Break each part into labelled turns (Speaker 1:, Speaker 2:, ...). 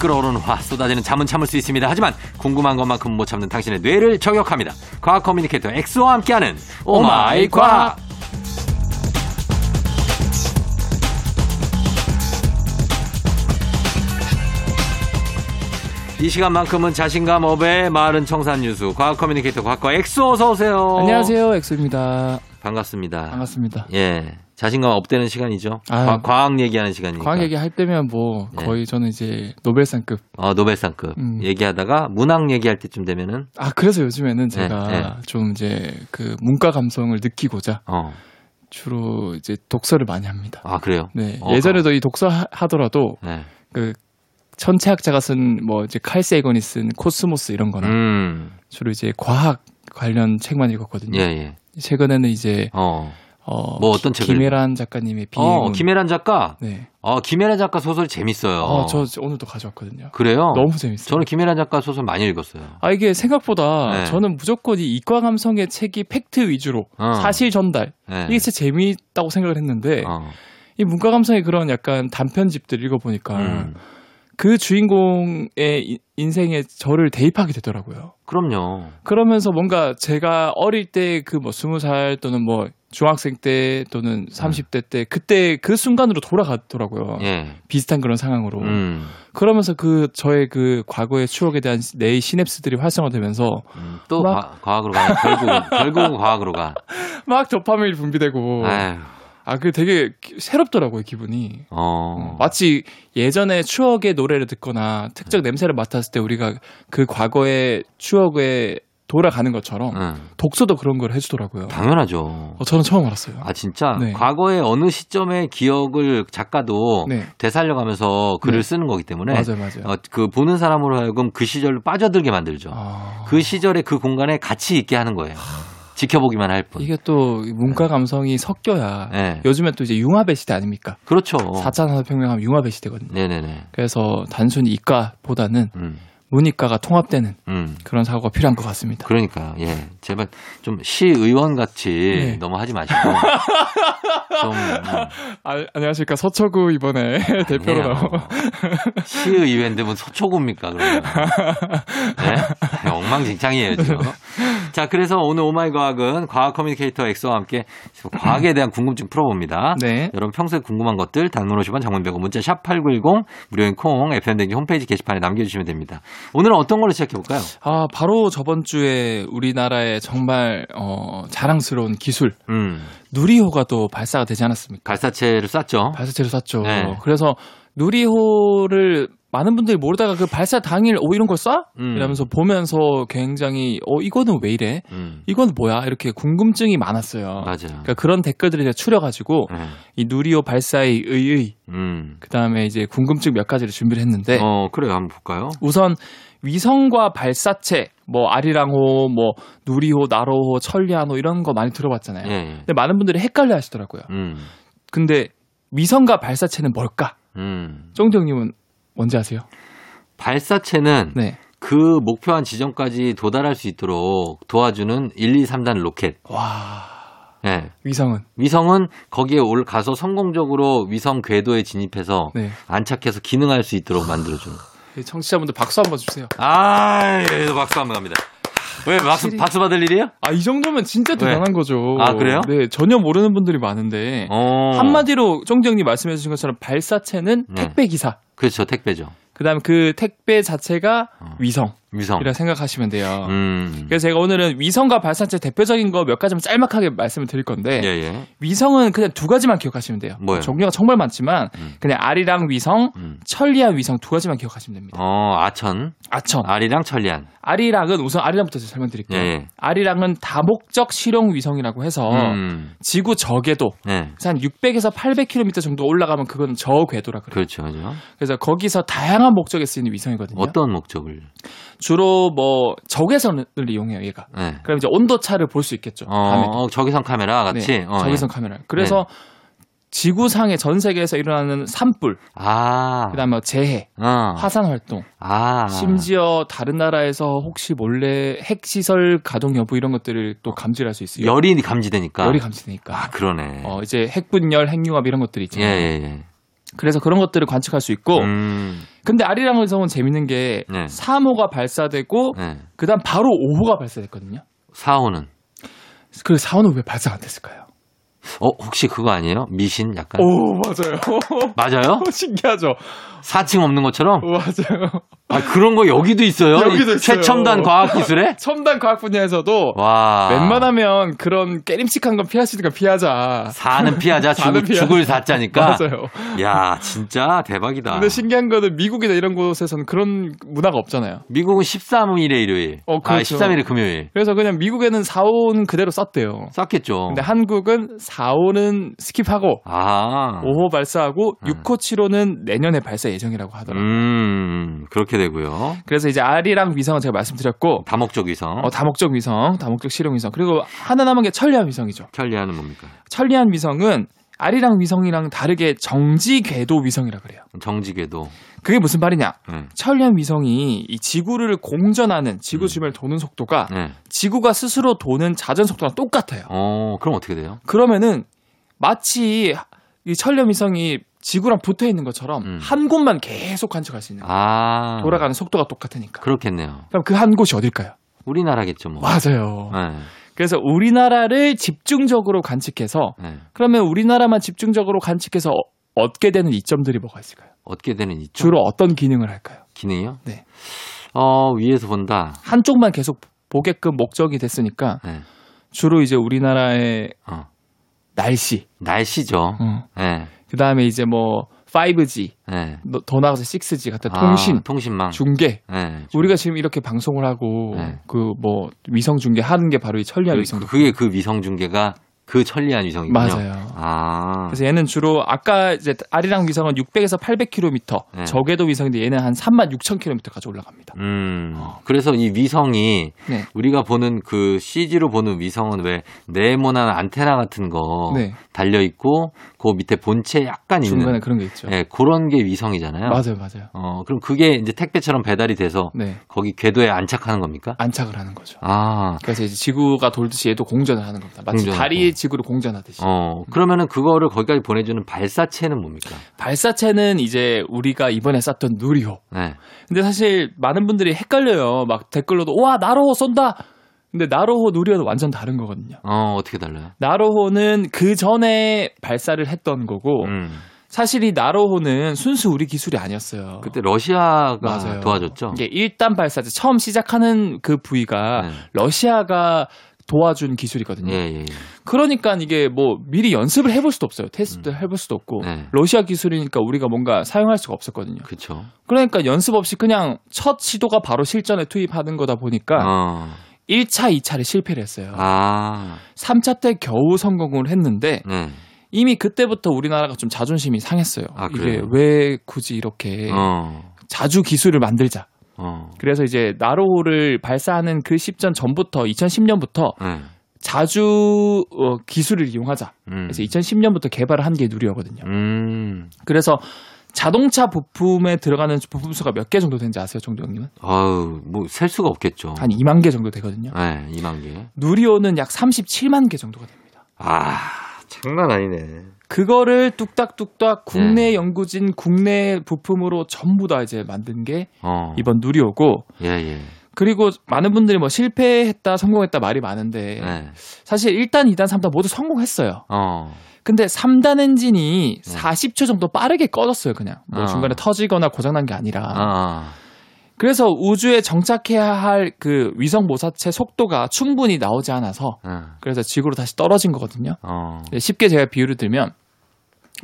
Speaker 1: 끓어오르는 화 쏟아지는 잠은 참을 수 있습니다. 하지만 궁금한 것만큼 못 참는 당신의 뇌를 저격합니다. 과학 커뮤니케이터 엑소와 함께하는 오마이 과학. 이 시간만큼은 자신감 업의 마른 청산 유수 과학 커뮤니케이터 과학과 엑소 어서 오세요.
Speaker 2: 안녕하세요, 엑소입니다.
Speaker 1: 반갑습니다.
Speaker 2: 반갑습니다.
Speaker 1: 예. 자신감 업되는 시간이죠.
Speaker 2: 아유.
Speaker 1: 과, 과학 얘기하는 시간이니까.
Speaker 2: 과학 얘기 할 때면 뭐
Speaker 1: 네.
Speaker 2: 거의 저는 이제 노벨상급.
Speaker 1: 어, 노벨상급
Speaker 2: 음.
Speaker 1: 얘기하다가 문학 얘기할 때쯤 되면은
Speaker 2: 아 그래서 요즘에는
Speaker 1: 네,
Speaker 2: 제가
Speaker 1: 네.
Speaker 2: 좀 이제 그 문과 감성을 느끼고자
Speaker 1: 어.
Speaker 2: 주로 이제 독서를 많이 합니다.
Speaker 1: 아, 그래요.
Speaker 2: 네
Speaker 1: 어.
Speaker 2: 예전에도 이 독서 하- 하더라도
Speaker 1: 네.
Speaker 2: 그 천체학자가 쓴 뭐 이제 칼 세이건이 쓴 코스모스 이런 거나
Speaker 1: 음.
Speaker 2: 주로 이제 과학 관련 책만 읽었거든요.
Speaker 1: 예, 예.
Speaker 2: 최근에는 이제
Speaker 1: 어.
Speaker 2: 어,
Speaker 1: 뭐 어떤 책을
Speaker 2: 김혜란 작가님의 비행.
Speaker 1: 어, 김혜란 작가.
Speaker 2: 네.
Speaker 1: 어, 김혜란 작가 소설 재밌어요.
Speaker 2: 어, 저 오늘도 가져왔거든요.
Speaker 1: 그래요?
Speaker 2: 너무 재밌어요.
Speaker 1: 저는 김혜란 작가 소설 많이 읽었어요.
Speaker 2: 아 이게 생각보다
Speaker 1: 네.
Speaker 2: 저는 무조건 이 이과 감성의 책이 팩트 위주로
Speaker 1: 어.
Speaker 2: 사실 전달
Speaker 1: 네.
Speaker 2: 이게 진짜 재미있다고 생각을 했는데
Speaker 1: 어.
Speaker 2: 이 문과 감성의 그런 약간 단편집들 읽어보니까
Speaker 1: 음.
Speaker 2: 그 주인공의 이- 인생에 저를 대입하게 되더라고요.
Speaker 1: 그럼요.
Speaker 2: 그러면서 뭔가 제가 어릴 때 그 뭐 스무 살 또는 뭐 중학생 때 또는 30대 때 그때 그 순간으로 돌아가더라고요.
Speaker 1: 음. 예.
Speaker 2: 비슷한 그런 상황으로.
Speaker 1: 음.
Speaker 2: 그러면서 그 저의 그 과거의 추억에 대한 내 시냅스들이 활성화되면서
Speaker 1: 음, 또
Speaker 2: 막-
Speaker 1: 과, 학으로 가. 결국은 결국은 과학으로 가.
Speaker 2: 막 도파민이 분비되고
Speaker 1: 아휴.
Speaker 2: 아 그 되게 기- 새롭더라고요 기분이
Speaker 1: 어.
Speaker 2: 마치 예전에 추억의 노래를 듣거나 특정 냄새를 맡았을 때 우리가 그 과거의 추억에 돌아가는 것처럼
Speaker 1: 음,
Speaker 2: 독서도 그런 걸 해주더라고요
Speaker 1: 당연하죠.
Speaker 2: 어, 저는 처음 알았어요
Speaker 1: 아 진짜
Speaker 2: 네.
Speaker 1: 과거의 어느 시점의 기억을 작가도
Speaker 2: 네
Speaker 1: 되살려가면서 글을
Speaker 2: 네.
Speaker 1: 쓰는 거기 때문에
Speaker 2: 맞아요 맞아요
Speaker 1: 어, 그 보는 사람으로 하여금 그 시절로 빠져들게 만들죠.
Speaker 2: 아,
Speaker 1: 그 시절에 그 공간에 같이 있게 하는 거예요. 지켜보기만 할 뿐.
Speaker 2: 이게 또
Speaker 1: 네.
Speaker 2: 문과 감성이 섞여야
Speaker 1: 예.
Speaker 2: 요즘에 또 이제 융합의 시대 아닙니까
Speaker 1: 그렇죠.
Speaker 2: 사차 산업혁명하면 융합의 시대거든요
Speaker 1: 네네네.
Speaker 2: 그래서 단순히 이과보다는
Speaker 1: 음,
Speaker 2: 문이과가 통합되는
Speaker 1: 음.
Speaker 2: 그런 사고가 필요한 것 같습니다
Speaker 1: 그러니까 예 제발 좀 시의원 같이
Speaker 2: 네.
Speaker 1: 너무 하지 마시고 좀 음,
Speaker 2: 아, 안녕하십니까 서초구 이번에 대표로
Speaker 1: 아니에요.
Speaker 2: 나온
Speaker 1: 시의회인데 뭔 서초구입니까 그러면? 네? 엉망진창이에요 지금. 자 그래서 오늘 오마이 과학은 과학 커뮤니케이터 엑소와 함께 과학에 대한 궁금증 풀어봅니다.
Speaker 2: 네.
Speaker 1: 여러분 평소에 궁금한 것들 단문 50원 장문 100원 문자 샵 8910 무료인 콩 FM댕기 홈페이지 게시판에 남겨주시면 됩니다. 오늘은 어떤 걸로 시작해볼까요?
Speaker 2: 아, 바로 저번 주에 우리나라의 정말 어, 자랑스러운 기술
Speaker 1: 음
Speaker 2: 누리호가 또 발사가 되지 않았습니까?
Speaker 1: 발사체를 쐈죠.
Speaker 2: 발사체로 쐈죠.
Speaker 1: 네.
Speaker 2: 그래서 누리호를 많은 분들이 모르다가 그 발사 당일 오 이런 걸 쏴?
Speaker 1: 음.
Speaker 2: 이러면서 보면서 굉장히 어 이거는 왜 이래?
Speaker 1: 음,
Speaker 2: 이건 뭐야? 이렇게 궁금증이 많았어요.
Speaker 1: 맞아요.
Speaker 2: 그러니까 그런 댓글들을 제가 추려가지고
Speaker 1: 네.
Speaker 2: 이 누리호 발사의 의의
Speaker 1: 음.
Speaker 2: 그 다음에 이제 궁금증 몇 가지를 준비를 했는데
Speaker 1: 어 그래요 한번 볼까요?
Speaker 2: 우선 위성과 발사체, 뭐 아리랑호, 뭐 누리호, 나로호, 천리안호 이런 거 많이 들어봤잖아요.
Speaker 1: 예. 예.
Speaker 2: 근데 많은 분들이 헷갈려 하시더라고요.
Speaker 1: 음.
Speaker 2: 근데 위성과 발사체는 뭘까?
Speaker 1: 음.
Speaker 2: 쫑정님은 뭔지 아세요?
Speaker 1: 발사체는
Speaker 2: 네.
Speaker 1: 그 목표한 지점까지 도달할 수 있도록 도와주는 1, 2, 3단 로켓.
Speaker 2: 와
Speaker 1: 예.
Speaker 2: 위성은
Speaker 1: 위성은 거기에 올가서 성공적으로 위성 궤도에 진입해서
Speaker 2: 네
Speaker 1: 안착해서 기능할 수 있도록 만들어주는. 거.
Speaker 2: 예, 청취자분들 박수 한번 주세요.
Speaker 1: 아, 예, 박수 한번 갑니다. 왜 박수,
Speaker 2: 확실히-
Speaker 1: 박수 받을 일이에요?
Speaker 2: 아 이 정도면 진짜 대단한 거죠.
Speaker 1: 아, 그래요?
Speaker 2: 네 전혀 모르는 분들이 많은데
Speaker 1: 어.
Speaker 2: 한마디로 쫑정님 말씀해주신 것처럼 발사체는
Speaker 1: 네.
Speaker 2: 택배 기사.
Speaker 1: 그렇죠, 택배죠.
Speaker 2: 그다음 그 택배 자체가
Speaker 1: 어.
Speaker 2: 위성이라
Speaker 1: 위성.
Speaker 2: 생각하시면 돼요.
Speaker 1: 음.
Speaker 2: 그래서 제가 오늘은 위성과 발사체 대표적인 거 몇 가지만 짤막하게 말씀을 드릴 건데
Speaker 1: 예, 예.
Speaker 2: 위성은 그냥 두 가지만 기억하시면 돼요.
Speaker 1: 뭐예요?
Speaker 2: 종류가 정말 많지만
Speaker 1: 음.
Speaker 2: 그냥 아리랑 위성,
Speaker 1: 음.
Speaker 2: 천리안 위성 두 가지만 기억하시면 됩니다.
Speaker 1: 어, 아천.
Speaker 2: 아천
Speaker 1: 아리랑 천리안.
Speaker 2: 아리랑은 우선 아리랑부터 제가
Speaker 1: 예,
Speaker 2: 설명드릴게요.
Speaker 1: 예.
Speaker 2: 아리랑은 다목적 실용 위성이라고 해서
Speaker 1: 음.
Speaker 2: 지구 저궤도
Speaker 1: 네.
Speaker 2: 한 600에서 800km 정도 올라가면 그건 저궤도라 그래요.
Speaker 1: 그렇죠, 그렇죠.
Speaker 2: 그래서 거기서 다양한 목적에 쓰이는 위성이거든요.
Speaker 1: 어떤 목적을.
Speaker 2: 주로 뭐 적외선을 이용해요, 얘가.
Speaker 1: 예.
Speaker 2: 그럼 이제 온도 차를 볼 수 있겠죠. 밤에.
Speaker 1: 어, 어, 저기선 카메라 같이.
Speaker 2: 네,
Speaker 1: 어, 네.
Speaker 2: 저기선 카메라. 그래서 지구상의 전 세계에서 일어나는 산불,
Speaker 1: 예. 아.
Speaker 2: 그다음에 뭐 재해,
Speaker 1: 어.
Speaker 2: 화산 활동,
Speaker 1: 아.
Speaker 2: 심지어 다른 나라에서 혹시 몰래 핵 시설 가동 여부 이런 것들을 또 감지할 수 있어요.
Speaker 1: 열이 감지되니까.
Speaker 2: 열이
Speaker 1: 아,
Speaker 2: 감지되니까.
Speaker 1: 그러네.
Speaker 2: 어, 이제 핵분열, 핵융합 이런 것들이
Speaker 1: 예,
Speaker 2: 있잖아요.
Speaker 1: 예, 예.
Speaker 2: 그래서 그런 것들을 관측할 수 있고
Speaker 1: 음,
Speaker 2: 근데 아리랑 행성은 재밌는 게
Speaker 1: 네.
Speaker 2: 3호가 발사되고
Speaker 1: 네.
Speaker 2: 그다음 바로 5호가 발사됐거든요.
Speaker 1: 4호는
Speaker 2: 그 4호는 왜 발사 안 됐을까요?
Speaker 1: 어 혹시 그거 아니에요? 미신 약간
Speaker 2: 오 맞아요.
Speaker 1: 맞아요?
Speaker 2: 신기하죠.
Speaker 1: 4층 없는 것처럼?
Speaker 2: 맞아요.
Speaker 1: 아 그런 거 여기도 있어요?
Speaker 2: 여기도
Speaker 1: 이
Speaker 2: 있어요.
Speaker 1: 최첨단 과학기술에?
Speaker 2: 첨단 과학 분야에서도
Speaker 1: 와
Speaker 2: 웬만하면 그런 깨림칙한 건 피할 수 있으니까 피하자.
Speaker 1: 4는 피하자 죽,
Speaker 2: 사는 피하자.
Speaker 1: 죽을 4자니까 그러니까.
Speaker 2: 맞아요.
Speaker 1: 야 진짜 대박이다
Speaker 2: 근데 신기한 거는 미국이나 이런 곳에서는 그런 문화가 없잖아요.
Speaker 1: 미국은 13일에 일요일
Speaker 2: 어,
Speaker 1: 아
Speaker 2: 그렇죠.
Speaker 1: 13일에 금요일
Speaker 2: 그래서 그냥 미국에는 4호는 그대로 썼대요.
Speaker 1: 쌌겠죠
Speaker 2: 근데 한국은 4호는 스킵하고
Speaker 1: 아
Speaker 2: 5호 발사하고
Speaker 1: 음.
Speaker 2: 6호, 7호는 내년에 발사 예정이라고 하더라고요.
Speaker 1: 음, 그렇게 되고요.
Speaker 2: 그래서 이제 아리랑 위성은 제가 말씀드렸고
Speaker 1: 다목적 위성.
Speaker 2: 어, 다목적 위성, 다목적 실용 위성 그리고 하나 남은 게 천리안 위성이죠.
Speaker 1: 찰리아는 뭡니까?
Speaker 2: 천리안 위성은 아리랑 위성이랑 다르게 정지 궤도 위성이라 그래요.
Speaker 1: 정지궤도.
Speaker 2: 그게 무슨 말이냐?
Speaker 1: 음,
Speaker 2: 천리안 위성이 이 지구를 공전하는
Speaker 1: 음.
Speaker 2: 지구 주변을 도는 속도가
Speaker 1: 네.
Speaker 2: 지구가 스스로 도는 자전 속도랑 똑같아요.
Speaker 1: 어, 그럼 어떻게 돼요?
Speaker 2: 그러면은 마치 이 천리안 위성이 지구랑 붙어 있는 것처럼
Speaker 1: 음.
Speaker 2: 한 곳만 계속 관측할 수 있는 거예요.
Speaker 1: 아,
Speaker 2: 돌아가는 속도가 똑같으니까.
Speaker 1: 그렇겠네요.
Speaker 2: 그럼 그 한 곳이 어딜까요?
Speaker 1: 우리나라겠죠, 뭐.
Speaker 2: 맞아요.
Speaker 1: 네,
Speaker 2: 그래서 우리나라를 집중적으로 관측해서
Speaker 1: 네.
Speaker 2: 그러면 우리나라만 집중적으로 관측해서 어- 얻게 되는 이점들이 뭐가 있을까요?
Speaker 1: 얻게 되는 이
Speaker 2: 주로 어떤 기능을 할까요?
Speaker 1: 기능이요?
Speaker 2: 네.
Speaker 1: 어, 위에서 본다.
Speaker 2: 한쪽만 계속 보게끔 목적이 됐으니까
Speaker 1: 네.
Speaker 2: 주로 이제 우리나라의
Speaker 1: 어,
Speaker 2: 날씨,
Speaker 1: 날씨죠. 네,
Speaker 2: 그 다음에 이제 뭐 5G,
Speaker 1: 네.
Speaker 2: 너- 더 나아가서 6G 같은
Speaker 1: 아,
Speaker 2: 그러니까 통신,
Speaker 1: 통신망.
Speaker 2: 중계.
Speaker 1: 네.
Speaker 2: 우리가 지금 이렇게 방송을 하고
Speaker 1: 네.
Speaker 2: 그 뭐 위성 중계 하는 게 바로 이 천리안 위성
Speaker 1: 그, 그게 그 위성 중계가 그 천리안 위성이군요.
Speaker 2: 맞아요.
Speaker 1: 아,
Speaker 2: 그래서 얘는 주로 아까 이제 아리랑 위성은 600에서 800km,
Speaker 1: 네.
Speaker 2: 저궤도 위성인데 얘는 한 3만 6천 km까지 올라갑니다.
Speaker 1: 음.
Speaker 2: 어.
Speaker 1: 그래서 이 위성이
Speaker 2: 네.
Speaker 1: 우리가 보는 그 CG로 보는 위성은 왜 네모난 안테나 같은 거
Speaker 2: 네.
Speaker 1: 달려 있고 그 밑에 본체 약간
Speaker 2: 중간에
Speaker 1: 있는
Speaker 2: 그런 게 있죠.
Speaker 1: 예, 그런 게 위성이잖아요.
Speaker 2: 맞아요, 맞아요.
Speaker 1: 어, 그럼 그게 이제 택배처럼 배달이 돼서
Speaker 2: 네.
Speaker 1: 거기 궤도에 안착하는 겁니까?
Speaker 2: 안착을 하는 거죠.
Speaker 1: 아.
Speaker 2: 그래서 이제 지구가 돌듯이 얘도 공전을 하는 겁니다. 마치
Speaker 1: 공전하고.
Speaker 2: 달이 지구를 공전하듯이.
Speaker 1: 어, 그러면은 그거를 거기까지 보내 주는 발사체는 뭡니까?
Speaker 2: 발사체는 이제 우리가 이번에 쐈던 누리호.
Speaker 1: 네.
Speaker 2: 근데 사실 많은 분들이 헷갈려요. 막 댓글로도 와 나로호 쏜다. 근데 나로호 누리호는 완전 다른 거거든요.
Speaker 1: 어, 어떻게 달라요?
Speaker 2: 나로호는 그 전에 발사를 했던 거고
Speaker 1: 음.
Speaker 2: 사실 이 나로호는 순수 우리 기술이 아니었어요.
Speaker 1: 그때 러시아가
Speaker 2: 맞아요. 예.
Speaker 1: 도와줬죠.
Speaker 2: 이게 1단 발사체 처음 시작하는 그 부위가
Speaker 1: 네.
Speaker 2: 러시아가 도와준 기술이거든요.
Speaker 1: 예, 예. 예.
Speaker 2: 그러니까 이게 뭐 미리 연습을 해볼 수도 없어요. 테스트 해볼 수도 없고.
Speaker 1: 네.
Speaker 2: 어. 러시아 기술이니까 우리가 뭔가 사용할 수가 없었거든요.
Speaker 1: 그렇죠.
Speaker 2: 그러니까 연습 없이 그냥 첫 시도가 바로 실전에 투입하는 거다 보니까
Speaker 1: 어.
Speaker 2: 1차, 2차를 실패를 했어요.
Speaker 1: 아.
Speaker 2: 3차 때 겨우 성공을 했는데
Speaker 1: 네.
Speaker 2: 이미 그때부터 우리나라가 좀 자존심이 상했어요.
Speaker 1: 아,
Speaker 2: 이게
Speaker 1: 그래요?
Speaker 2: 왜 굳이 이렇게
Speaker 1: 어.
Speaker 2: 자주 기술을 만들자.
Speaker 1: 어.
Speaker 2: 그래서 이제 나로호를 발사하는 그 시점 전부터 2010년부터
Speaker 1: 네.
Speaker 2: 자주 어, 기술을 이용하자.
Speaker 1: 음.
Speaker 2: 그래서 2010년부터 개발을 한 게 누리호거든요.
Speaker 1: 음.
Speaker 2: 그래서 자동차 부품에 들어가는 부품 수가 몇 개 정도 되는지 아세요, 정동님은?
Speaker 1: 아우, 뭐, 셀 수가 없겠죠.
Speaker 2: 한 2만 개 정도 되거든요.
Speaker 1: 네, 2만 개.
Speaker 2: 누리호는 약 37만 개 정도가 됩니다.
Speaker 1: 아, 장난 아니네.
Speaker 2: 그거를 뚝딱뚝딱 국내
Speaker 1: 네.
Speaker 2: 연구진 국내 부품으로 전부 다 이제 만든 게
Speaker 1: 어.
Speaker 2: 이번 누리호고
Speaker 1: 예, 예.
Speaker 2: 그리고 많은 분들이 뭐 실패했다 성공했다 말이 많은데
Speaker 1: 네.
Speaker 2: 사실 1단, 2단, 3단 모두 성공했어요.
Speaker 1: 어.
Speaker 2: 근데 3단 엔진이
Speaker 1: 네.
Speaker 2: 40초 정도 빠르게 꺼졌어요, 그냥. 뭐
Speaker 1: 어.
Speaker 2: 중간에 터지거나 고장난 게 아니라.
Speaker 1: 아.
Speaker 2: 그래서 우주에 정착해야 할 그 위성 모사체 속도가 충분히 나오지 않아서
Speaker 1: 아.
Speaker 2: 그래서 지구로 다시 떨어진 거거든요.
Speaker 1: 어.
Speaker 2: 네, 쉽게 제가 비유를 들면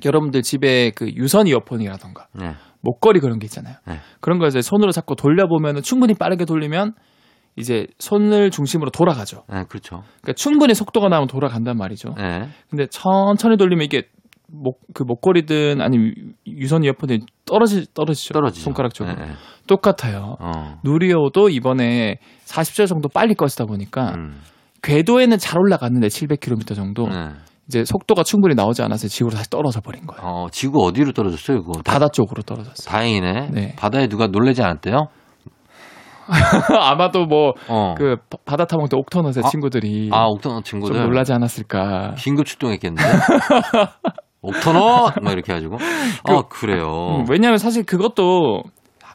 Speaker 2: 여러분들 집에 그 유선 이어폰이라던가
Speaker 1: 네.
Speaker 2: 목걸이 그런 게 있잖아요.
Speaker 1: 네.
Speaker 2: 그런 걸 이제 손으로 잡고 돌려보면 충분히 빠르게 돌리면 이제 손을 중심으로 돌아가죠.
Speaker 1: 네, 그렇죠.
Speaker 2: 그러니까 충분히 속도가 나면 돌아간단 말이죠.
Speaker 1: 네.
Speaker 2: 근데 천천히 돌리면 이게 목, 그 목걸이든 아니면 유- 유선 이어폰이 떨어지, 떨어지죠.
Speaker 1: 떨어지죠.
Speaker 2: 손가락 쪽으로.
Speaker 1: 네, 네.
Speaker 2: 똑같아요.
Speaker 1: 어.
Speaker 2: 누리호도 이번에 40초 정도 빨리 꺼지다 보니까
Speaker 1: 음.
Speaker 2: 궤도에는 잘 올라갔는데 700km 정도
Speaker 1: 네.
Speaker 2: 이제 속도가 충분히 나오지 않아서 지구로 다시 떨어져 버린 거예요.
Speaker 1: 어, 지구 어디로 떨어졌어요, 이거?
Speaker 2: 바다 쪽으로 떨어졌어요.
Speaker 1: 다행이네.
Speaker 2: 네.
Speaker 1: 바다에 누가 놀래지 않았대요?
Speaker 2: 아마도 뭐 그
Speaker 1: 어.
Speaker 2: 바다 탐험 때 옥터넛의
Speaker 1: 아,
Speaker 2: 친구들이
Speaker 1: 아, 옥동
Speaker 2: 좀
Speaker 1: 친구들.
Speaker 2: 놀라지 않았을까.
Speaker 1: 긴급 출동했겠는데? 옥터넛 막 이렇게 해가지고 아 그래요.
Speaker 2: 음, 왜냐하면 사실 그것도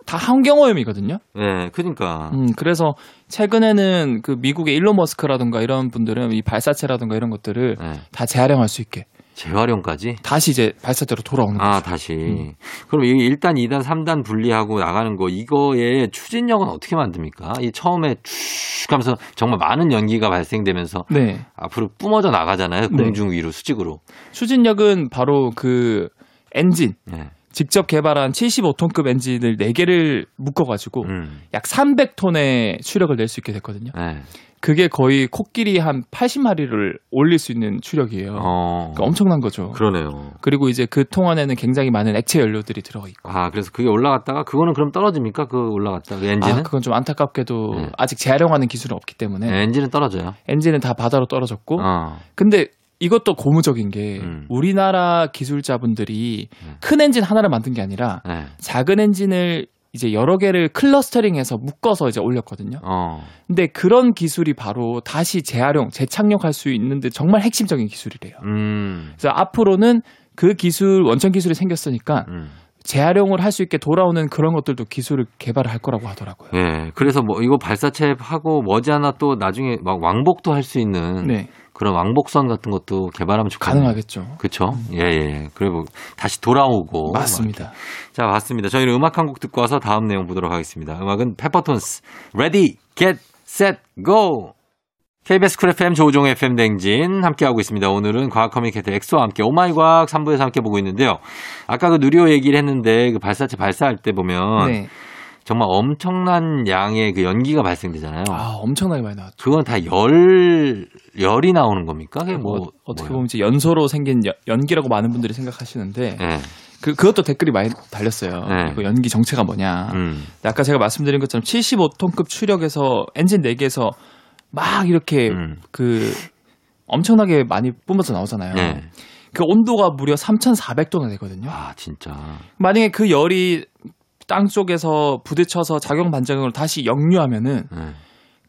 Speaker 2: 다 환경오염이거든요.
Speaker 1: 예, 그러니까
Speaker 2: 음, 그래서 최근에는 그 미국의 일론 머스크라든가 이런 분들은 이 발사체라든가 이런 것들을
Speaker 1: 예,
Speaker 2: 다 재활용할 수 있게
Speaker 1: 재활용까지.
Speaker 2: 다시 이제 발사체로 돌아오는 거죠.
Speaker 1: 아 다시
Speaker 2: 음.
Speaker 1: 그럼 이 1단, 2단, 3단 분리하고 나가는 거 이거의 추진력은 어떻게 만듭니까? 이 처음에 쭉 하면서 정말 많은 연기가 발생되면서
Speaker 2: 네.
Speaker 1: 앞으로 뿜어져 나가잖아요
Speaker 2: 네.
Speaker 1: 공중 위로 수직으로.
Speaker 2: 추진력은 바로 그 엔진
Speaker 1: 예.
Speaker 2: 직접 개발한 75톤급 엔진을 4개를 묶어가지고
Speaker 1: 음.
Speaker 2: 약 300톤의 추력을 낼 수 있게 됐거든요.
Speaker 1: 예.
Speaker 2: 그게 거의 코끼리 한 80마리를 올릴 수 있는 추력이에요.
Speaker 1: 어.
Speaker 2: 그러니까 엄청난 거죠.
Speaker 1: 그러네요.
Speaker 2: 그리고 이제 그 통 안에는 굉장히 많은 액체 연료들이 들어가 있고.
Speaker 1: 아, 그래서 그게 올라갔다가 그거는 그럼 떨어집니까? 그 올라갔다. 그 엔진은?
Speaker 2: 아, 그건 좀 안타깝게도
Speaker 1: 네.
Speaker 2: 아직 재활용하는 기술은 없기 때문에
Speaker 1: 네, 엔진은 떨어져요.
Speaker 2: 엔진은 다 바다로 떨어졌고.
Speaker 1: 어.
Speaker 2: 근데 이것도 고무적인 게
Speaker 1: 음.
Speaker 2: 우리나라 기술자분들이
Speaker 1: 네.
Speaker 2: 큰 엔진 하나를 만든 게 아니라
Speaker 1: 네.
Speaker 2: 작은 엔진을 이제 여러 개를 클러스터링해서 묶어서 이제 올렸거든요.
Speaker 1: 어.
Speaker 2: 근데 그런 기술이 바로 다시 재활용, 재착용할 수 있는데 정말 핵심적인 기술이래요.
Speaker 1: 음.
Speaker 2: 그래서 앞으로는 그 기술 원천 기술이 생겼으니까
Speaker 1: 음.
Speaker 2: 재활용을 할 수 있게 돌아오는 그런 것들도 기술을 개발할 거라고 하더라고요.
Speaker 1: 예. 그래서 뭐 이거 발사체 하고 머지않아 또 나중에 막 왕복도 할 수 있는
Speaker 2: 네,
Speaker 1: 그런 왕복선 같은 것도 개발하면 좋겠네요.
Speaker 2: 가능하겠죠.
Speaker 1: 그렇죠? 예, 예. 그래 뭐 다시 돌아오고
Speaker 2: 맞습니다.
Speaker 1: 자, 맞습니다. 저희는 음악 한 곡 듣고 와서 다음 내용 보도록 하겠습니다. 음악은 페퍼톤스, Ready, Get, Set, Go! KBS 쿨 FM 조종 FM 댕진 함께하고 있습니다. 오늘은 과학 커뮤니케이터 엑소와 함께 오마이 과학 3부에서 함께 보고 있는데요. 아까 그 누리호 얘기를 했는데 그 발사체 발사할 때 보면
Speaker 2: 네,
Speaker 1: 정말 엄청난 양의 그 연기가 발생되잖아요.
Speaker 2: 아 엄청나게 많이 나왔죠.
Speaker 1: 그건 다 열, 열이 나오는 겁니까? 그게 뭐.
Speaker 2: 어, 어떻게
Speaker 1: 뭐예요?
Speaker 2: 보면 이제 연소로 생긴 여- 연기라고 많은 분들이 생각하시는데
Speaker 1: 예.
Speaker 2: 그 그것도 댓글이 많이 달렸어요.
Speaker 1: 네.
Speaker 2: 이거 연기 정체가 뭐냐.
Speaker 1: 음.
Speaker 2: 근데 아까 제가 말씀드린 것처럼 75톤급 추력에서 엔진 4개에서 막 이렇게
Speaker 1: 음.
Speaker 2: 그 엄청나게 많이 뿜어서 나오잖아요.
Speaker 1: 예.
Speaker 2: 그 온도가 무려 3,400도나 되거든요.
Speaker 1: 아, 진짜.
Speaker 2: 만약에 그 열이 땅 쪽에서 부딪혀서 작용 반작용으로 다시 역류하면은
Speaker 1: 예.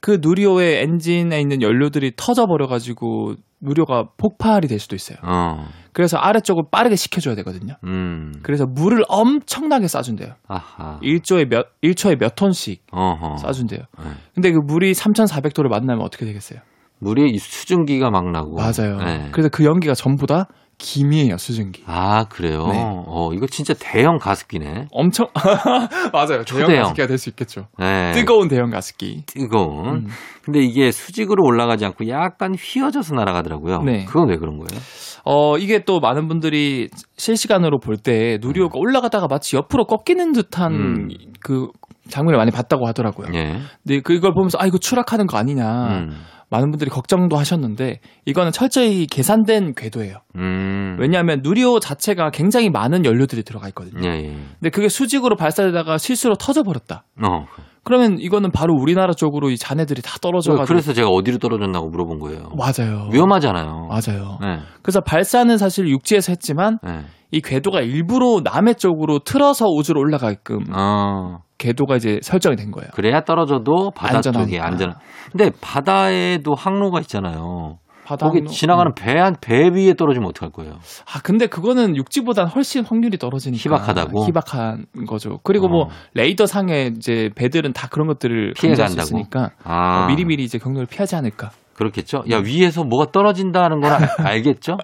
Speaker 2: 그 누리호의 엔진에 있는 연료들이 터져 버려 가지고 누리호가 폭발이 될 수도 있어요.
Speaker 1: 어.
Speaker 2: 그래서 아래쪽을 빠르게 식혀줘야 되거든요.
Speaker 1: 음.
Speaker 2: 그래서 물을 엄청나게 싸준대요.
Speaker 1: 아하.
Speaker 2: 1조에 몇 1초에 몇 톤씩
Speaker 1: 어허.
Speaker 2: 싸준대요.
Speaker 1: 예.
Speaker 2: 근데 그 물이 3,400도를 만나면 어떻게 되겠어요?
Speaker 1: 물에 이 수증기가 막 나고.
Speaker 2: 맞아요.
Speaker 1: 네.
Speaker 2: 그래서 그 연기가 전부 다 김이에요, 수증기.
Speaker 1: 아, 그래요?
Speaker 2: 네.
Speaker 1: 어, 이거 진짜 대형 가습기네.
Speaker 2: 엄청 맞아요. 대형
Speaker 1: 초대형.
Speaker 2: 가습기가 될 수 있겠죠.
Speaker 1: 네.
Speaker 2: 뜨거운 대형 가습기.
Speaker 1: 뜨거운.
Speaker 2: 음.
Speaker 1: 근데 이게 수직으로 올라가지 않고 약간 휘어져서 날아가더라고요.
Speaker 2: 네.
Speaker 1: 그건 왜 그런 거예요?
Speaker 2: 어 이게 또 많은 분들이 실시간으로 볼 때 누리호가 올라가다가 마치 옆으로 꺾이는 듯한
Speaker 1: 음.
Speaker 2: 그 장면을 많이 봤다고 하더라고요.
Speaker 1: 예.
Speaker 2: 근데 그걸 보면서 아 이거 추락하는 거 네. 아니냐
Speaker 1: 음.
Speaker 2: 많은 분들이 걱정도 하셨는데 이거는 철저히 계산된 궤도예요.
Speaker 1: 음.
Speaker 2: 왜냐하면 누리호 자체가 굉장히 많은 연료들이 들어가 있거든요.
Speaker 1: 예, 예.
Speaker 2: 근데 그게 수직으로 발사되다가 실수로 터져 버렸다.
Speaker 1: 어.
Speaker 2: 그러면 이거는 바로 우리나라 쪽으로 이 잔해들이 다 떨어져가지고
Speaker 1: 그래서 제가 어디로 떨어졌나고 물어본 거예요.
Speaker 2: 맞아요.
Speaker 1: 위험하잖아요.
Speaker 2: 맞아요.
Speaker 1: 네.
Speaker 2: 그래서 발사는 사실 육지에서 했지만
Speaker 1: 네.
Speaker 2: 이 궤도가 일부러 남해 쪽으로 틀어서 우주로 올라가게끔
Speaker 1: 어.
Speaker 2: 궤도가 이제 설정이 된 거예요. 아,
Speaker 1: 그래야 떨어져도 바다 쪽에
Speaker 2: 안전하니까.
Speaker 1: 안전. 근데 바다에도 항로가 있잖아요.
Speaker 2: 바다
Speaker 1: 거기
Speaker 2: 항로- 음.
Speaker 1: 지나가는 배 한 배 위에 떨어지면 어떡할 거예요?
Speaker 2: 아 근데 그거는 육지보단 훨씬 확률이 떨어지니까
Speaker 1: 희박하다고?
Speaker 2: 희박한 거죠. 그리고
Speaker 1: 어.
Speaker 2: 뭐 레이더 상에 이제 배들은 다 그런 것들을
Speaker 1: 피해
Speaker 2: 감지할 수
Speaker 1: 간다고?
Speaker 2: 있으니까
Speaker 1: 아,
Speaker 2: 어, 미리미리 이제 경로를 피하지 않을까.
Speaker 1: 그렇겠죠. 야 위에서 뭐가 떨어진다는 건 알- 알겠죠?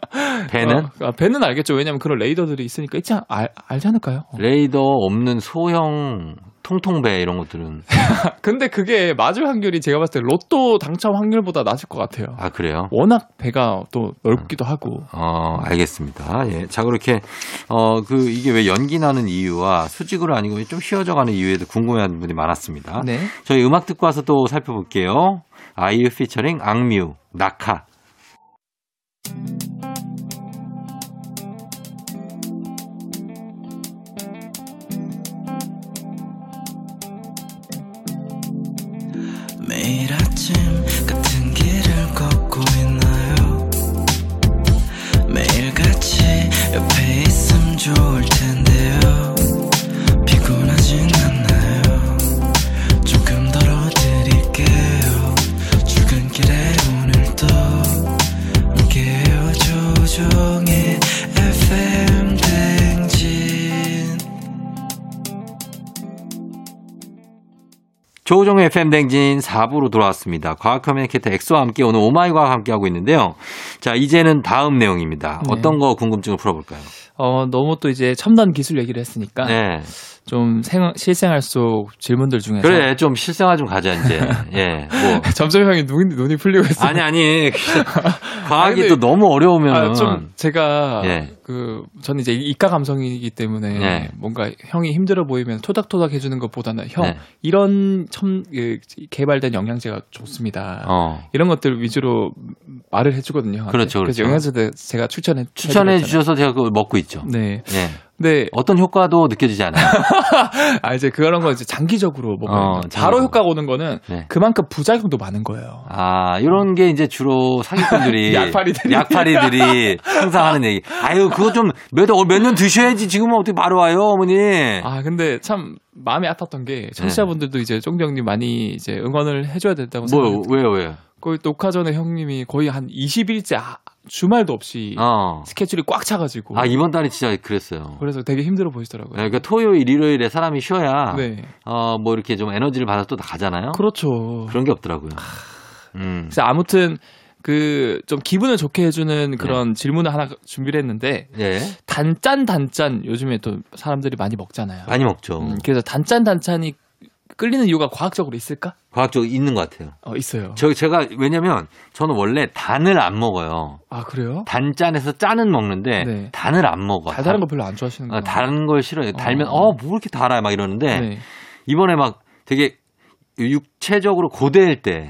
Speaker 1: 배는
Speaker 2: 어, 아, 배는 알겠죠. 왜냐면 그런 레이더들이 있으니까 있지 않, 알, 알지 않을까요? 어.
Speaker 1: 레이더 없는 소형 통통배 이런 것들은
Speaker 2: 아, 근데 그게 맞을 확률이 제가 봤을 때 로또 당첨 확률보다 낮을 것 같아요.
Speaker 1: 아 그래요?
Speaker 2: 워낙 배가 또 넓기도 하고.
Speaker 1: 어 알겠습니다. 예, 자 그렇게 어 그 이게 왜 연기 나는 이유와 수직으로 아니고 좀 휘어져가는 이유에도 궁금해하는 분이 많았습니다.
Speaker 2: 네.
Speaker 1: 저희 음악 듣고 와서 또 살펴볼게요. 아이유 피처링 악뮤 낙하
Speaker 3: 매일 아침 같은 길을 걷고 있나요 매일 같이 옆에 있음 좋을 텐데요 피곤하진 않나요 조금 덜어드릴게요 출근길에 오늘도 함께해요 조종의 FM
Speaker 1: 조우종 FM 댕진 4부로 돌아왔습니다. 과학 커뮤니케이터 엑소와 함께 오늘 오마이과학 함께하고 있는데요. 자, 이제는 다음 내용입니다.
Speaker 2: 네.
Speaker 1: 어떤 거 궁금증을 풀어볼까요?
Speaker 2: 어, 너무 또 이제 첨단 기술 얘기를 했으니까
Speaker 1: 네.
Speaker 2: 좀 생- 실생활 속 질문들 중에서
Speaker 1: 그래, 좀 실생활 좀 가자, 이제. 예, 뭐.
Speaker 2: 점점 형이 눈, 눈이 풀리고 있어요.
Speaker 1: 아니, 아니. 과학이
Speaker 2: 근데-
Speaker 1: 또 너무 어려우면.
Speaker 2: 아, 좀 제가
Speaker 1: 예.
Speaker 2: 그 저는 이제 이과 감성이기 때문에
Speaker 1: 네.
Speaker 2: 뭔가 형이 힘들어 보이면 토닥토닥 해주는 것보다는 형
Speaker 1: 네.
Speaker 2: 이런 첨 그, 개발된 영양제가 좋습니다.
Speaker 1: 어.
Speaker 2: 이런 것들 위주로 말을 해주거든요. 형한테.
Speaker 1: 그렇죠, 그렇죠.
Speaker 2: 그래서 영양제들 제가 추천해
Speaker 1: 추천해
Speaker 2: 해드렸잖아요.
Speaker 1: 주셔서 제가 그걸 먹고 있죠.
Speaker 2: 네.
Speaker 1: 예.
Speaker 2: 근데
Speaker 1: 어떤 효과도 느껴지지 않아요.
Speaker 2: 아 이제 그런 건 이제 장기적으로 먹어요.
Speaker 1: 어,
Speaker 2: 바로
Speaker 1: 장기적으로.
Speaker 2: 효과가 오는 거는
Speaker 1: 네.
Speaker 2: 그만큼 부작용도 많은 거예요.
Speaker 1: 아, 이런 게 이제 주로 사기꾼들이
Speaker 2: 약팔이들이.
Speaker 1: 예. 약팔이들이 항상 하는 얘기. 아유, 그거 좀몇몇년 드셔야지 지금은 어떻게 바로 와요, 어머니.
Speaker 2: 아 근데 참 마음이 아팠던 게 청취자분들도 이제 쫑정님 많이 이제 응원을 해줘야 된다고 생각해요.
Speaker 1: 뭐 왜요, 왜요?
Speaker 2: 거의 녹화 전에 형님이 거의 한 20일째 아, 주말도 없이
Speaker 1: 어.
Speaker 2: 스케줄이 꽉 차가지고
Speaker 1: 아, 이번 달이 진짜 그랬어요.
Speaker 2: 그래서 되게 힘들어
Speaker 1: 네,
Speaker 2: 보이시더라고요.
Speaker 1: 그러니까 토요일, 일요일에 사람이 쉬어야
Speaker 2: 네.
Speaker 1: 어, 뭐 이렇게 좀 에너지를 받아서 또 가잖아요.
Speaker 2: 그렇죠.
Speaker 1: 그런 게 없더라고요.
Speaker 2: 아.
Speaker 1: 음.
Speaker 2: 그래서 아무튼 그 좀 기분을 좋게 해주는 그런 질문을 하나 준비를 했는데
Speaker 1: 예.
Speaker 2: 단짠 단짠 요즘에 또 사람들이 많이 먹잖아요.
Speaker 1: 많이 먹죠.
Speaker 2: 음, 그래서 단짠 단짠이 끌리는 이유가 과학적으로 있을까?
Speaker 1: 과학적으로 있는 것 같아요.
Speaker 2: 어 있어요.
Speaker 1: 저 제가 왜냐면 저는 원래 단을 안 먹어요.
Speaker 2: 아 그래요?
Speaker 1: 단짠에서 짠은 먹는데
Speaker 2: 네.
Speaker 1: 단을 안 먹어.
Speaker 2: 달달한 거 별로 안 좋아하시는
Speaker 1: 어,
Speaker 2: 거예요.
Speaker 1: 다른 걸 싫어해요. 달면
Speaker 2: 어.
Speaker 1: 어뭐 이렇게 달아 막 이러는데
Speaker 2: 네.
Speaker 1: 이번에 막 되게 육체적으로 고대일 때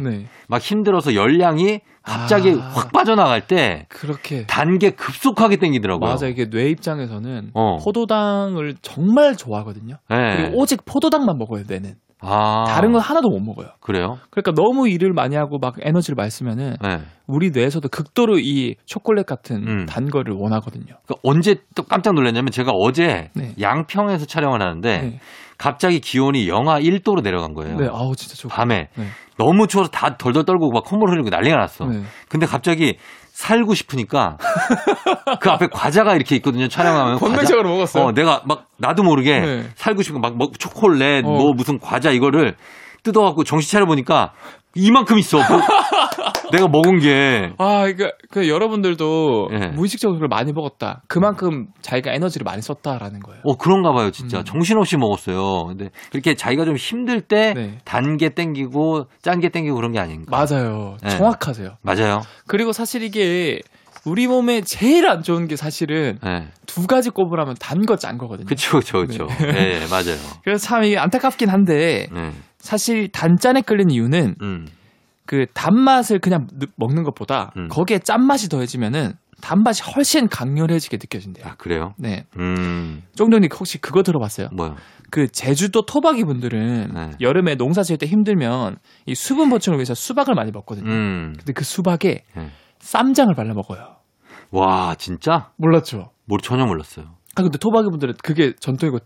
Speaker 1: 막
Speaker 2: 네.
Speaker 1: 힘들어서 열량이 갑자기
Speaker 2: 아.
Speaker 1: 확 빠져나갈 때
Speaker 2: 그렇게
Speaker 1: 단 게 급속하게 땡기더라고요.
Speaker 2: 맞아 이게 뇌 입장에서는
Speaker 1: 어.
Speaker 2: 포도당을 정말 좋아하거든요.
Speaker 1: 예.
Speaker 2: 그리고 오직 포도당만 먹어요 뇌는.
Speaker 1: 아.
Speaker 2: 다른 건 하나도 못 먹어요.
Speaker 1: 그래요?
Speaker 2: 그러니까 너무 일을 많이 하고 막 에너지를 많이 쓰면은
Speaker 1: 예.
Speaker 2: 우리 뇌에서도 극도로 이 초콜릿 같은
Speaker 1: 음.
Speaker 2: 단 거를 원하거든요.
Speaker 1: 그 언제 또 깜짝 놀랐냐면 제가 어제
Speaker 2: 네.
Speaker 1: 양평에서 촬영을 하는데
Speaker 2: 네.
Speaker 1: 갑자기 기온이 영하 1도로 내려간 거예요.
Speaker 2: 네, 아우 진짜 좋고.
Speaker 1: 밤에
Speaker 2: 네.
Speaker 1: 너무 추워서 다 덜덜 떨고 막 콧물 흘리고 난리가 났어.
Speaker 2: 네.
Speaker 1: 근데 갑자기 살고 싶으니까 그 앞에 과자가 이렇게 있거든요. 촬영하면 과자.
Speaker 2: 본능적으로 먹었어요.
Speaker 1: 어, 내가 막 나도 모르게
Speaker 2: 네.
Speaker 1: 살고 싶은 막, 막 초콜릿
Speaker 2: 어.
Speaker 1: 뭐 무슨 과자 이거를 뜯어갖고 정신 차려 보니까 이만큼 있어. 그- 내가 먹은 게
Speaker 2: 아, 그러니까 그 여러분들도
Speaker 1: 예.
Speaker 2: 무의식적으로 많이 먹었다. 그만큼 자기가 에너지를 많이 썼다라는 거예요.
Speaker 1: 어, 그런가 봐요, 진짜.
Speaker 2: 음.
Speaker 1: 정신없이 먹었어요. 근데 그렇게 자기가 좀 힘들 때
Speaker 2: 네.
Speaker 1: 단 게 땡기고 짠 게 땡기고 그런 게 아닌가.
Speaker 2: 맞아요.
Speaker 1: 네.
Speaker 2: 정확하세요.
Speaker 1: 맞아요.
Speaker 2: 그리고 사실 이게 우리 몸에 제일 안 좋은 게 사실은
Speaker 1: 예.
Speaker 2: 두 가지 꼽으라면 단 거 짠 거거든요.
Speaker 1: 그쵸, 그쵸, 그쵸.
Speaker 2: 네.
Speaker 1: 예, 예, 맞아요.
Speaker 2: 그래서 참 이게 안타깝긴 한데
Speaker 1: 네.
Speaker 2: 사실 단짠에 끌린 이유는
Speaker 1: 음.
Speaker 2: 그 단맛을 그냥 느- 먹는 것보다
Speaker 1: 음.
Speaker 2: 거기에 짠맛이 더해지면은 단맛이 훨씬 강렬해지게 느껴진대요.
Speaker 1: 아, 그래요?
Speaker 2: 네.
Speaker 1: 음,
Speaker 2: 쫑정님 혹시 그거 들어봤어요?
Speaker 1: 뭐요?
Speaker 2: 그 제주도 토박이 분들은
Speaker 1: 네.
Speaker 2: 여름에 농사 지을 때 힘들면 이 수분 보충을 위해서 수박을 많이 먹거든요.
Speaker 1: 음.
Speaker 2: 근데 그 수박에
Speaker 1: 예.
Speaker 2: 쌈장을 발라 먹어요.
Speaker 1: 와, 진짜?
Speaker 2: 몰랐죠?
Speaker 1: 뭘 전혀 몰랐어요.
Speaker 2: 아 근데 토박이 분들은 그게 전통이고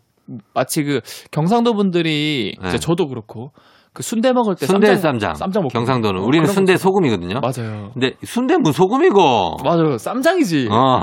Speaker 2: 마치 그 경상도 분들이
Speaker 1: 네.
Speaker 2: 이제 저도 그렇고 그 순대 먹을 때
Speaker 1: 순대
Speaker 2: 쌈장,
Speaker 1: 쌈장.
Speaker 2: 쌈장 먹고
Speaker 1: 경상도는
Speaker 2: 어,
Speaker 1: 우리는
Speaker 2: 그런
Speaker 1: 순대 소금이거든요.
Speaker 2: 맞아요.
Speaker 1: 근데 순대 무 소금이고.
Speaker 2: 맞아요. 쌈장이지.
Speaker 1: 어.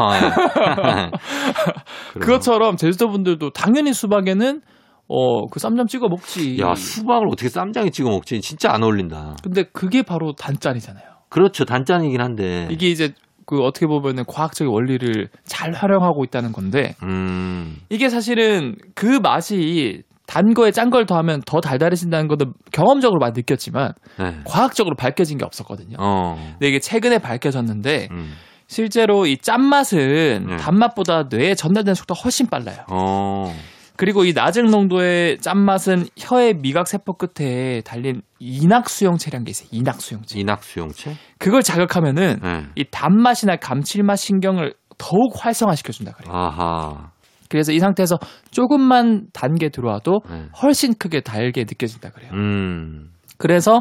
Speaker 1: 그래요.
Speaker 2: 예. 그것처럼 제주도 분들도 당연히 수박에는 어 그 쌈장 찍어 먹지.
Speaker 1: 야, 수박을 어떻게 쌈장에 찍어 먹지? 진짜 안 어울린다.
Speaker 2: 근데 그게 바로 단짠이잖아요.
Speaker 1: 그렇죠. 단짠이긴 한데.
Speaker 2: 이게 이제 그 어떻게 보면은 과학적인 원리를 잘 활용하고 있다는 건데
Speaker 1: 음.
Speaker 2: 이게 사실은 그 맛이 단 거에 짠 걸 더하면 더 달달해진다는 것도 경험적으로 많이 느꼈지만
Speaker 1: 네.
Speaker 2: 과학적으로 밝혀진 게 없었거든요.
Speaker 1: 어.
Speaker 2: 근데 이게 최근에 밝혀졌는데
Speaker 1: 음.
Speaker 2: 실제로 이 짠맛은
Speaker 1: 네.
Speaker 2: 단맛보다 뇌에 전달되는 속도가 훨씬 빨라요.
Speaker 1: 어.
Speaker 2: 그리고 이 낮은 농도의 짠맛은 혀의 미각 세포 끝에 달린 이낙 수용체라는 게 있어요. 이낙 수용체.
Speaker 1: 이낙수용체?
Speaker 2: 그걸 자극하면은
Speaker 1: 네.
Speaker 2: 이 단맛이나 감칠맛 신경을 더욱 활성화시켜 준다 그래요.
Speaker 1: 음. 아하.
Speaker 2: 그래서 이 상태에서 조금만 단 게 들어와도
Speaker 1: 네.
Speaker 2: 훨씬 크게 달게 느껴진다 그래요.
Speaker 1: 음.
Speaker 2: 그래서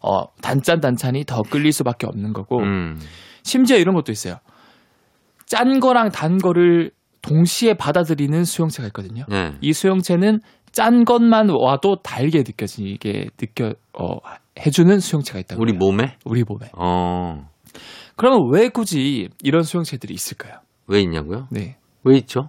Speaker 2: 어, 단짠 단짠이 더 끌릴 수밖에 없는 거고
Speaker 1: 음.
Speaker 2: 심지어 이런 것도 있어요. 짠 거랑 단 거를 동시에 받아들이는 수용체가 있거든요.
Speaker 1: 네.
Speaker 2: 이 수용체는 짠 것만 와도 달게 느껴지게 느껴 어, 해주는 수용체가 있다고
Speaker 1: 우리
Speaker 2: 해요.
Speaker 1: 몸에?
Speaker 2: 우리 몸에.
Speaker 1: 어.
Speaker 2: 그러면 왜 굳이 이런 수용체들이 있을까요?
Speaker 1: 왜 있냐고요?
Speaker 2: 네.
Speaker 1: 왜 있죠?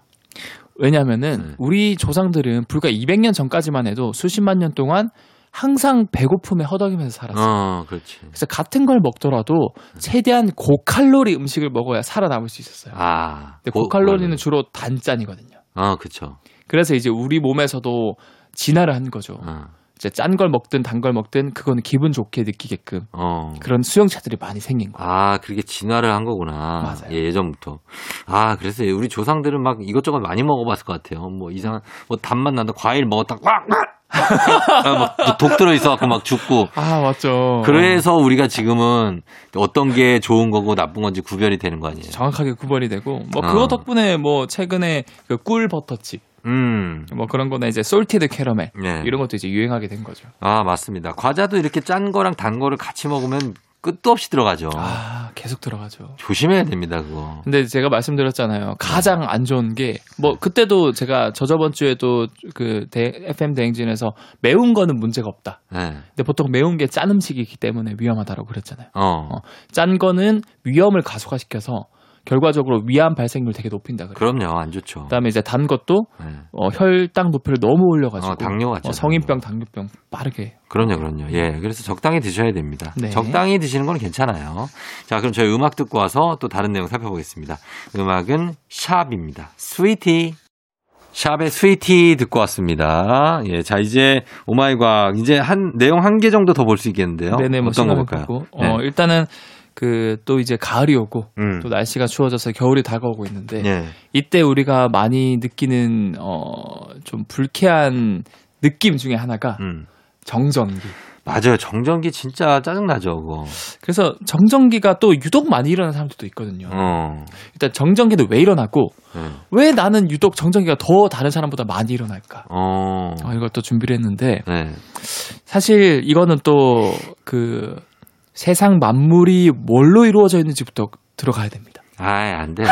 Speaker 2: 왜냐하면은
Speaker 1: 네.
Speaker 2: 우리 조상들은 불과 200년 전까지만 해도 수십만 년 동안 항상 배고픔에 허덕이면서 살았어요.
Speaker 1: 어, 그렇지.
Speaker 2: 그래서 같은 걸 먹더라도 최대한 고칼로리 음식을 먹어야 살아남을 수 있었어요.
Speaker 1: 아.
Speaker 2: 근데
Speaker 1: 고-
Speaker 2: 고칼로리는 주로 단짠이거든요.
Speaker 1: 어, 그쵸.
Speaker 2: 그래서 이제 우리 몸에서도 진화를 한 거죠.
Speaker 1: 어.
Speaker 2: 이제 짠 걸 먹든 단 걸 먹든 그건 기분 좋게 느끼게끔
Speaker 1: 어.
Speaker 2: 그런 수용체들이 많이 생긴 거예요.
Speaker 1: 아, 그렇게 진화를 한 거구나.
Speaker 2: 맞아요.
Speaker 1: 예, 예전부터. 아, 그래서 우리 조상들은 막 이것저것 많이 먹어봤을 것 같아요. 뭐 이상한, 뭐 단맛 난다. 과일 먹었다. 꽉! 꽉! 아, 막독 들어있어갖고 막 죽고.
Speaker 2: 아 맞죠.
Speaker 1: 그래서 우리가 지금은 어떤 게 좋은 거고 나쁜 건지 구별이 되는 거 아니에요.
Speaker 2: 정확하게 구별이 되고 뭐
Speaker 1: 어.
Speaker 2: 그거 덕분에 뭐 최근에 그 꿀 버터칩
Speaker 1: 음.
Speaker 2: 뭐 그런 거나 이제 솔티드 캐러멜
Speaker 1: 네.
Speaker 2: 이런 것도 이제 유행하게 된 거죠.
Speaker 1: 아, 맞습니다. 과자도 이렇게 짠 거랑 단 거를 같이 먹으면 끝도 없이 들어가죠.
Speaker 2: 아 계속 들어가죠.
Speaker 1: 조심해야 됩니다, 그거.
Speaker 2: 근데 제가 말씀드렸잖아요. 가장 안 좋은 게 뭐 그때도 제가 저저번 주에도 그 대, FM 대행진에서 매운 거는 문제가 없다.
Speaker 1: 네.
Speaker 2: 근데 보통 매운 게 짠 음식이기 때문에 위험하다고 그랬잖아요.
Speaker 1: 어.
Speaker 2: 어. 짠 거는 위험을 가속화시켜서 결과적으로 위암 발생률 되게 높인다 그래요.
Speaker 1: 그럼요, 안 좋죠.
Speaker 2: 그다음에 이제 단 것도
Speaker 1: 네.
Speaker 2: 어, 혈당 높이를 너무 올려가지고
Speaker 1: 어, 당뇨 같죠.
Speaker 2: 어, 성인병, 당뇨병 빠르게
Speaker 1: 그럼요, 그럼요. 예. 그래서 적당히 드셔야 됩니다.
Speaker 2: 네.
Speaker 1: 적당히 드시는 건 괜찮아요. 자, 그럼 저희 음악 듣고 와서 또 다른 내용 살펴보겠습니다. 음악은 샵입니다. 스위티. 샵의 스위티 듣고 왔습니다. 예. 자, 이제 오마이 과학. 이제 한, 내용 한 개 정도 더 볼 수 있겠는데요.
Speaker 2: 내내 뭐
Speaker 1: 어떤 거
Speaker 2: 시간을
Speaker 1: 볼까요?
Speaker 2: 갖고
Speaker 1: 네.
Speaker 2: 어, 일단은 그 또 이제 가을이 오고
Speaker 1: 음.
Speaker 2: 또 네. 날씨가 추워져서 겨울이 다가오고 있는데
Speaker 1: 예.
Speaker 2: 이때 우리가 많이 느끼는 어 좀 불쾌한 느낌 중에 하나가
Speaker 1: 음.
Speaker 2: 정전기.
Speaker 1: 맞아요. 정전기 진짜 짜증나죠, 그거.
Speaker 2: 그래서 정전기가 또 유독 많이 일어나는 사람들도 있거든요.
Speaker 1: 어.
Speaker 2: 일단 정전기는 왜 일어나고
Speaker 1: 네.
Speaker 2: 왜 나는 유독 정전기가 더 다른 사람보다 많이 일어날까?
Speaker 1: 어.
Speaker 2: 어, 이걸 또 준비를 했는데
Speaker 1: 네.
Speaker 2: 사실 이거는 또 그 세상 만물이 뭘로 이루어져 있는지부터 들어가야 됩니다.
Speaker 1: 아이, 안 돼.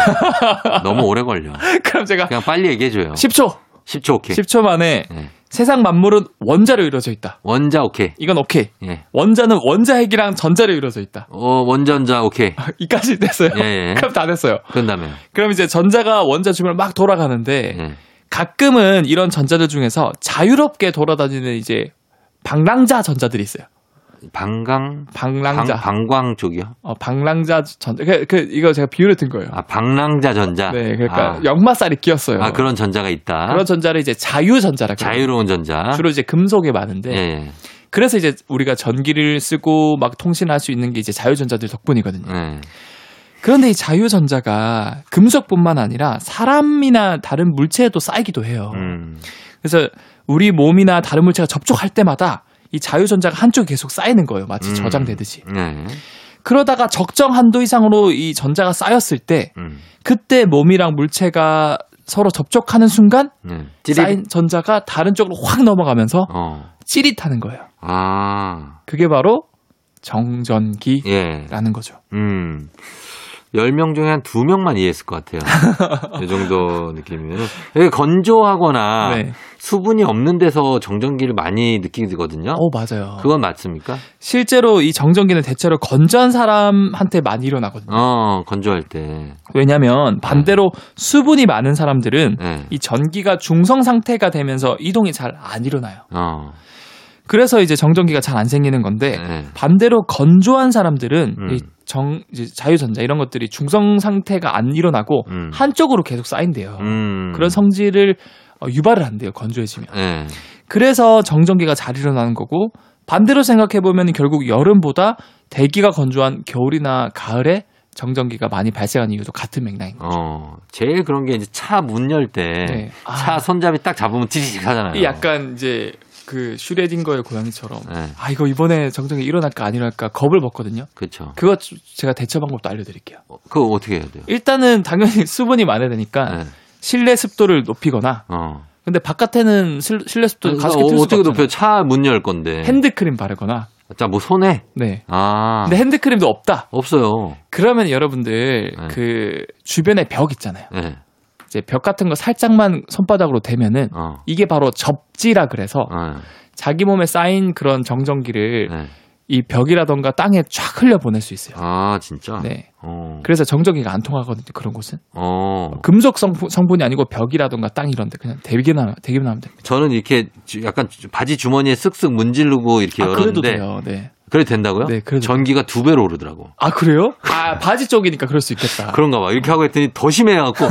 Speaker 1: 너무 오래 걸려.
Speaker 2: 그럼 제가
Speaker 1: 그냥 빨리 얘기해줘요.
Speaker 2: 10초,
Speaker 1: 10초 오케이.
Speaker 2: 10초 만에
Speaker 1: 예.
Speaker 2: 세상 만물은 원자로 이루어져 있다.
Speaker 1: 원자 오케이.
Speaker 2: 이건 오케이.
Speaker 1: 예.
Speaker 2: 원자는 원자핵이랑 전자로 이루어져 있다.
Speaker 1: 어, 원전자 오케이.
Speaker 2: 이까지 됐어요.
Speaker 1: 예, 예.
Speaker 2: 그럼 다 됐어요.
Speaker 1: 그런 다음에.
Speaker 2: 그럼 이제 전자가 원자 주변을 막 돌아가는데
Speaker 1: 예.
Speaker 2: 가끔은 이런 전자들 중에서 자유롭게 돌아다니는 이제 방랑자 전자들이 있어요.
Speaker 1: 방광 방,
Speaker 2: 방랑자.
Speaker 1: 방광 쪽이요?
Speaker 2: 어, 방랑자 전자. 그, 그, 이거 제가 비유를 든 거예요.
Speaker 1: 아, 방랑자 전자.
Speaker 2: 네, 그러니까
Speaker 1: 아,
Speaker 2: 역마살이 끼었어요.
Speaker 1: 아, 그런 전자가 있다.
Speaker 2: 그런 전자를 이제 자유전자라고. 해요.
Speaker 1: 자유로운 전자.
Speaker 2: 주로 네. 이제 금속에 많은데
Speaker 1: 예, 예.
Speaker 2: 그래서 이제 우리가 전기를 쓰고 막 통신할 수 있는 게 이제 자유전자들 덕분이거든요.
Speaker 1: 예.
Speaker 2: 그런데 이 자유전자가 금속뿐만 아니라 사람이나 다른 물체에도 쌓이기도 해요.
Speaker 1: 음.
Speaker 2: 그래서 우리 몸이나 다른 물체가 접촉할 때마다 이 자유전자가 한쪽에 계속 쌓이는 거예요. 마치
Speaker 1: 음.
Speaker 2: 저장되듯이.
Speaker 1: 예.
Speaker 2: 그러다가 적정 한도 이상으로 이 전자가 쌓였을 때
Speaker 1: 음.
Speaker 2: 그때 몸이랑 물체가 서로 접촉하는 순간
Speaker 1: 예. 찌릿.
Speaker 2: 쌓인 전자가 다른 쪽으로 확 넘어가면서
Speaker 1: 어.
Speaker 2: 찌릿하는 거예요.
Speaker 1: 아.
Speaker 2: 그게 바로 정전기라는
Speaker 1: 예.
Speaker 2: 거죠.
Speaker 1: 음. 10명 중에 한 2명만 이해했을 것 같아요. 이 정도 느낌이면. 예, 건조하거나
Speaker 2: 네.
Speaker 1: 수분이 없는 데서 정전기를 많이 느끼거든요.
Speaker 2: 어, 맞아요.
Speaker 1: 그건 맞습니까?
Speaker 2: 실제로 이 정전기는 대체로 건조한 사람한테 많이 일어나거든요.
Speaker 1: 어, 건조할 때.
Speaker 2: 왜냐면 하 반대로 수분이 많은 사람들은
Speaker 1: 예.
Speaker 2: 이 전기가 중성 상태가 되면서 이동이 잘 안 일어나요.
Speaker 1: 어.
Speaker 2: 그래서 이제 정전기가 잘 안 생기는 건데
Speaker 1: 예.
Speaker 2: 반대로 건조한 사람들은
Speaker 1: 음.
Speaker 2: 이 정, 이제 자유전자 이런 것들이 중성 상태가 안 일어나고
Speaker 1: 음.
Speaker 2: 한쪽으로 계속 쌓인대요.
Speaker 1: 음.
Speaker 2: 그런 성질을 어, 유발을 한대요, 건조해지면.
Speaker 1: 예.
Speaker 2: 그래서 정전기가 잘 일어나는 거고, 반대로 생각해보면 결국 여름보다 대기가 건조한 겨울이나 가을에 정전기가 많이 발생하는 이유도 같은 맥락인 거예요.
Speaker 1: 어. 제일 그런 게 이제 차 문 열 때 차
Speaker 2: 네. 아.
Speaker 1: 손잡이 딱 잡으면 지지직 하잖아요.
Speaker 2: 이 약간 이제 그 슈레딩거의 고양이처럼,
Speaker 1: 예.
Speaker 2: 아, 이거 이번에 정전기 일어날까 안 일어날까 겁을 먹거든요.
Speaker 1: 그렇죠.
Speaker 2: 그거 주- 제가 대처 방법도 알려드릴게요.
Speaker 1: 그거 어떻게 해야 돼요?
Speaker 2: 일단은 당연히 수분이 많아야 되니까
Speaker 1: 예.
Speaker 2: 실내 습도를 높이거나
Speaker 1: 어.
Speaker 2: 근데 바깥에는 실- 실내 습도
Speaker 1: 그러니까
Speaker 2: 가속이 틀 수가
Speaker 1: 어떻게
Speaker 2: 없잖아요.
Speaker 1: 높여? 차 문 열 건데.
Speaker 2: 핸드크림 바르거나
Speaker 1: 자, 뭐 손에?
Speaker 2: 네.
Speaker 1: 아.
Speaker 2: 근데 핸드크림도 없다.
Speaker 1: 없어요.
Speaker 2: 그러면 여러분들
Speaker 1: 네.
Speaker 2: 그 주변에 벽 있잖아요.
Speaker 1: 예.
Speaker 2: 이제 벽 같은 거 살짝만 손바닥으로 대면은
Speaker 1: 어.
Speaker 2: 이게 바로 접지라 그래서
Speaker 1: 어.
Speaker 2: 자기 몸에 쌓인 그런 정전기를
Speaker 1: 예.
Speaker 2: 이 벽이라던가 땅에 쫙 흘려 보낼 수 있어요.
Speaker 1: 아, 진짜?
Speaker 2: 네.
Speaker 1: 어.
Speaker 2: 그래서 정전기가 안 통하거든요. 그런 곳은.
Speaker 1: 어.
Speaker 2: 금속 성분, 성분이 아니고 벽이라던가 땅 이런 데 그냥 대기나 대기만 하면 됩니다.
Speaker 1: 저는 이렇게 주- 약간 주- 바지 주머니에 쓱쓱 문지르고 이렇게
Speaker 2: 아, 그래도
Speaker 1: 열었는데
Speaker 2: 돼요. 네.
Speaker 1: 그래도 된다고요?
Speaker 2: 네, 그래도
Speaker 1: 전기가 두 배로 오르더라고.
Speaker 2: 아, 그래요? 아, 바지 쪽이니까 그럴 수 있겠다.
Speaker 1: 그런가 봐. 이렇게 하고 했더니 더 심해갖고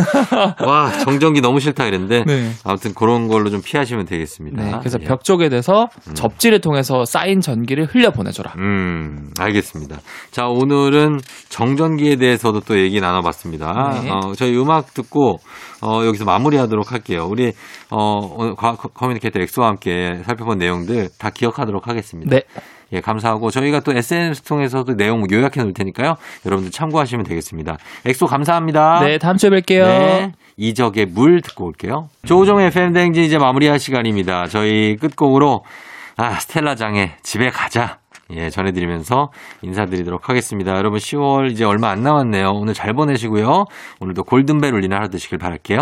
Speaker 1: 와 정전기 너무 싫다 이랬는데
Speaker 2: 네.
Speaker 1: 아무튼 그런 걸로 좀 피하시면 되겠습니다.
Speaker 2: 네, 그래서
Speaker 1: 예.
Speaker 2: 벽 쪽에 대해서
Speaker 1: 음.
Speaker 2: 접지를 통해서 쌓인 전기를 흘려 보내줘라.
Speaker 1: 음, 알겠습니다. 자, 오늘은 정전기에 대해서도 또 얘기 나눠봤습니다.
Speaker 2: 네.
Speaker 1: 어, 저희 음악 듣고, 어, 여기서 마무리하도록 할게요. 우리, 어, 오늘 과- 커뮤니케이터 엑소와 함께 살펴본 내용들 다 기억하도록 하겠습니다.
Speaker 2: 네,
Speaker 1: 예, 감사하고, 저희가 또 SNS 통해서도 내용 요약해 놓을 테니까요. 여러분들 참고하시면 되겠습니다. 엑소 감사합니다.
Speaker 2: 네, 다음 주에 뵐게요.
Speaker 1: 아. 네, 이적의 물 듣고 올게요. 조종의 팬댕진 이제 마무리할 시간입니다. 저희 끝곡으로 아 스텔라 장의 집에 가자. 예, 전해드리면서 인사드리도록 하겠습니다. 여러분 10월 이제 얼마 안 남았네요. 오늘 잘 보내시고요. 오늘도 골든벨 울리는 하루 되시길 바랄게요.